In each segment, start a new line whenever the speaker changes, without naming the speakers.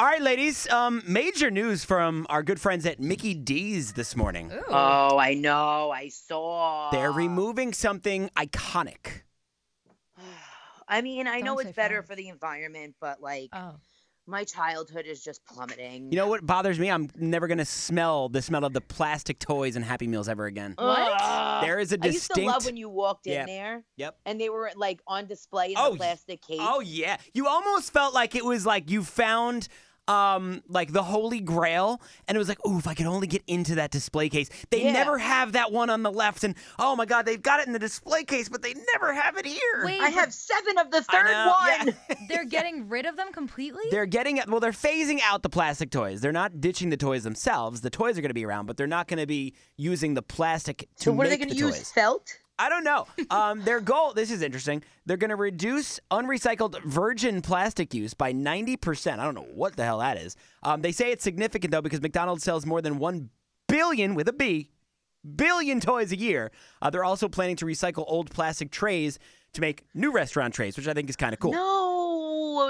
All right, ladies. Um, major news from our good friends at Mickey D's this morning.
Ooh.
Oh, I know. I saw.
They're removing something iconic.
I mean, I know
Don't say
it's better
fries.
for the environment, but like
Oh.
my childhood is just plummeting.
You know what bothers me? I'm never gonna smell the smell of the plastic toys and Happy Meals ever again.
What?
Ugh.
There is a
Ah, I used
distinct.
to love when you walked in
Yeah.
there.
Yep.
And they were like on display in
Oh, y-
the plastic case.
Oh yeah, you almost felt like it was like you found um like the holy grail and it was like ooh if i could only get into that display case they
Yeah.
never have that one on the left and oh my god they've got it in the display case but they never have it here
Wait,
I
but
have seven of the
I
third
know,
one.
yeah.
they're getting rid of them completely?
They're getting well. They're phasing out the plastic toys. They're not ditching the toys themselves. The toys are going to be around, but they're not going to be using the plastic to
So what are they going
make the
to use?
toys.
Felt?
I don't know. Um, their goal. This is interesting. They're going to reduce unrecycled virgin plastic use by ninety percent. I don't know what the hell that is. Um, they say it's significant though because McDonald's sells more than one billion with a B billion toys a year. Uh, they're also planning to recycle old plastic trays to make new restaurant trays, which I think is kind of cool.
No.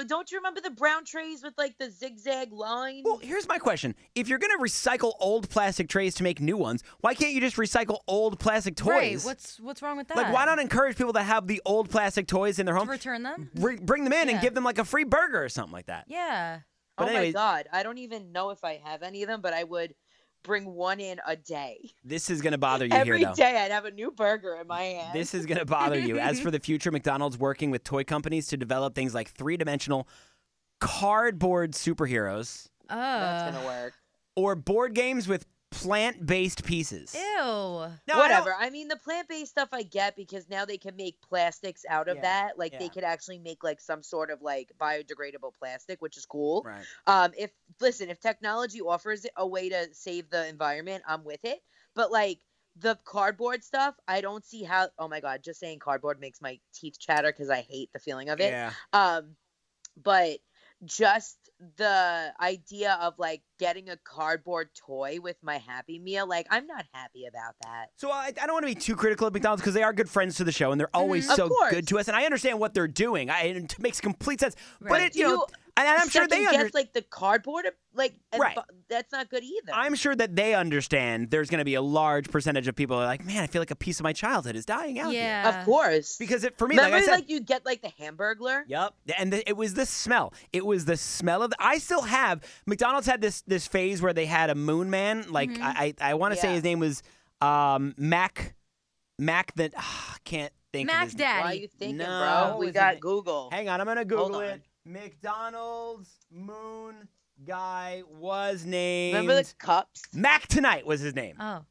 Don't you remember the brown trays with like the zigzag line?
Well, here's my question. If you're going to recycle old plastic trays to make new ones, why can't you just recycle old plastic toys?
Right. What's what's wrong with that?
like, why not encourage people to have the old plastic toys in their
To
home?
return them?
Re- bring them in and
Yeah.
give them like a free burger or something like that.
Yeah.
but
oh
anyways-
my god, I don't even know if I have any of them, but I would bring one in a day.
This is going to bother you
Every
here, though.
day I'd have a new burger in my hand.
This is going to bother you. As for the future, McDonald's working with toy companies to develop things like three dimensional cardboard superheroes
Oh.
That's
Uh,
gonna work.
or board games with plant based pieces.
Ew.
No, I don't-
Whatever. I, mean, the plant-based stuff I get because now they can make plastics out of
Yeah,
that. Like
yeah.
they could actually make like some sort of like biodegradable plastic, which is cool.
Right.
Um, if listen, if technology offers a way to save the environment, I'm with it. But like the cardboard stuff, I don't see how. Oh my god, just saying cardboard makes my teeth chatter because I hate the feeling of it.
Yeah.
Um, but just the idea of like getting a cardboard toy with my Happy Meal, like I'm not happy about that.
So I, I don't want to be too critical of McDonald's because they are good friends to the show and they're always
Of
so
course.
good to us. And I understand what they're doing. I, it makes complete sense. But
Right.
it,
Do
you know,
you
and I'm sure they
second guess
under,
like the cardboard, like and
Right.
bu- That's not good either.
I'm sure that they understand. There's going to be a large percentage of people who are like, man, I feel like a piece of my childhood is dying out. here."
Yeah.
of course.
Because it, for me,
remember,
like I said,
you get like the Hamburglar.
Yep, and the, it was the smell. It was the smell of. The, I still have McDonald's had this this phase where they had a Moon Man. Like I I, I want to say
Yeah.
his name was um, Mac Mac. That ah, can't think. of
Mac
his-
Daddy.
Why are you thinking,
No,
bro? We
it's
got
not-
Google.
Hang on, I'm gonna Google
on.
it. McDonald's Moon guy was named
Remember the cups?
Mac Tonight was his name,
Oh.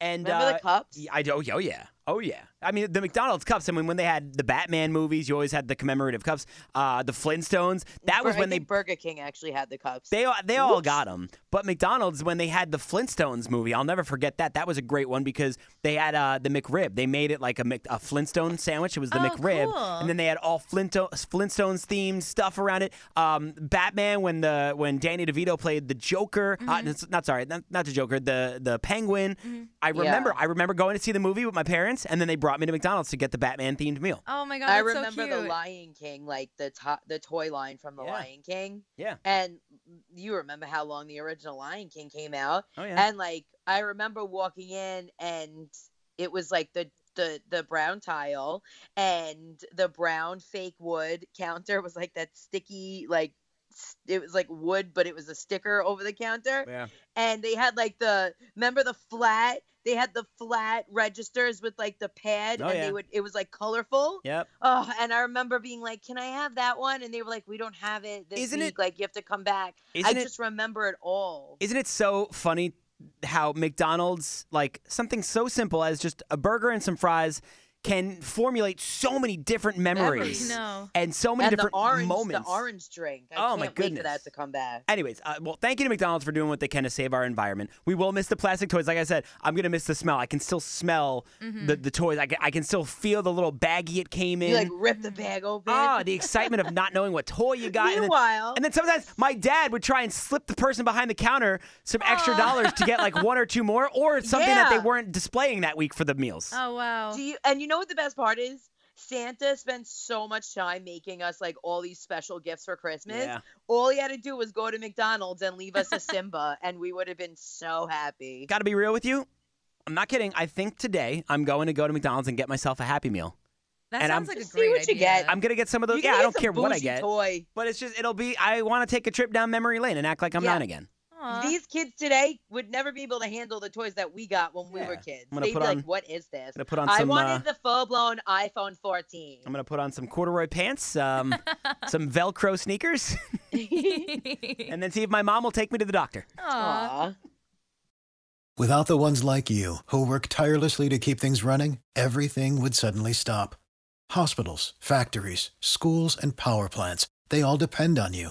and
Remember
uh,
the cups?
yeah, I do. Oh yeah. Oh yeah. I mean, the McDonald's cups. I mean, when they had the Batman movies, you always had the commemorative cups. Uh, the Flintstones. That was
Bur- I
when they
think Burger King actually had the cups.
they all- they all
Whoops.
got them. But McDonald's when they had the Flintstones movie, I'll never forget that. That was a great one because they had uh, the McRib. They made it like a, Mc, a Flintstone sandwich. It was the
Oh,
McRib,
cool.
and then they had all Flinto- Flintstones themed stuff around it. Um, Batman when the when Danny DeVito played the Joker. uh, it's- not sorry, not, not the Joker. The the Penguin. I remember I remember going to see the movie with my parents, and then they brought me to McDonald's to get the Batman themed meal.
Oh my god.
I
that's so
remember the
cute.
Lion King, like the to- the toy line from the
Yeah.
Lion King.
Yeah.
And you remember how long the original Lion King came out?
Oh yeah.
And like I remember walking in and it was like the the the brown tile and the brown fake wood counter was like that sticky like s- it was like wood but it was a sticker over the counter
yeah.
and they had like the remember the flat they had the flat registers with like the pad
Oh,
and
yeah.
they would it was like colorful
Yep.
Oh, and I remember being like, "Can I have that one?" And they were like, "We don't have it this
Isn't it-
week. like, you have to come back."
Isn't
I
it-
just remember it all.
Isn't it so funny how McDonald's, like something so simple as just a burger and some fries, can formulate so many different memories
No.
and so many
and the
different
orange,
moments.
the orange drink. I
Oh,
can't
my
Wait for
goodness.
that to come back.
Anyways, uh, well, thank you to McDonald's for doing what they can to save our environment. We will miss the plastic toys. Like I said, I'm gonna miss the smell. I can still smell the, the toys. I can, I can still feel the little baggie it came in.
Mm-hmm. You like rip the bag open.
Ah, the excitement of not knowing what toy you got. and then-
Meanwhile,
And then sometimes my dad would try and slip the person behind the counter some extra
Aw.
dollars to get like one or two more, or it's something that they
Oh. Yeah.
weren't displaying that week for the meals.
Oh wow.
do you and you know what the best part is? Santa spent so much time making us like all these special gifts for Christmas.
Yeah.
All he had to do was go to McDonald's and leave us a Simba, and we would have been so happy.
Got to be real with you. I'm not kidding. I think today I'm going to go to McDonald's and get myself a Happy Meal.
That
and I'm-
sounds like a
Just see
great
what you
idea.
get.
I'm gonna get some of those.
You can
Yeah, I
get
don't
some
care what I
bougie
get,
Toy.
but it's just it'll be. I want to take a trip down memory lane and act like I'm
Yeah.
nine again.
Aw.
These kids today would never be able to handle the toys that we got when we
Yeah.
were kids.
I'm gonna
They'd
put
be
on-
like, "What is this?"
I'm gonna put on
I
some. uh,
wanted the full-blown iPhone 14.
I'm gonna put on some corduroy pants, um, some Velcro sneakers, and then see if my mom will take me to the doctor.
Aw.
Aw.
Without the ones like you, who work tirelessly to keep things running, everything would suddenly stop. Hospitals, factories, schools, and power plants, they all depend on you.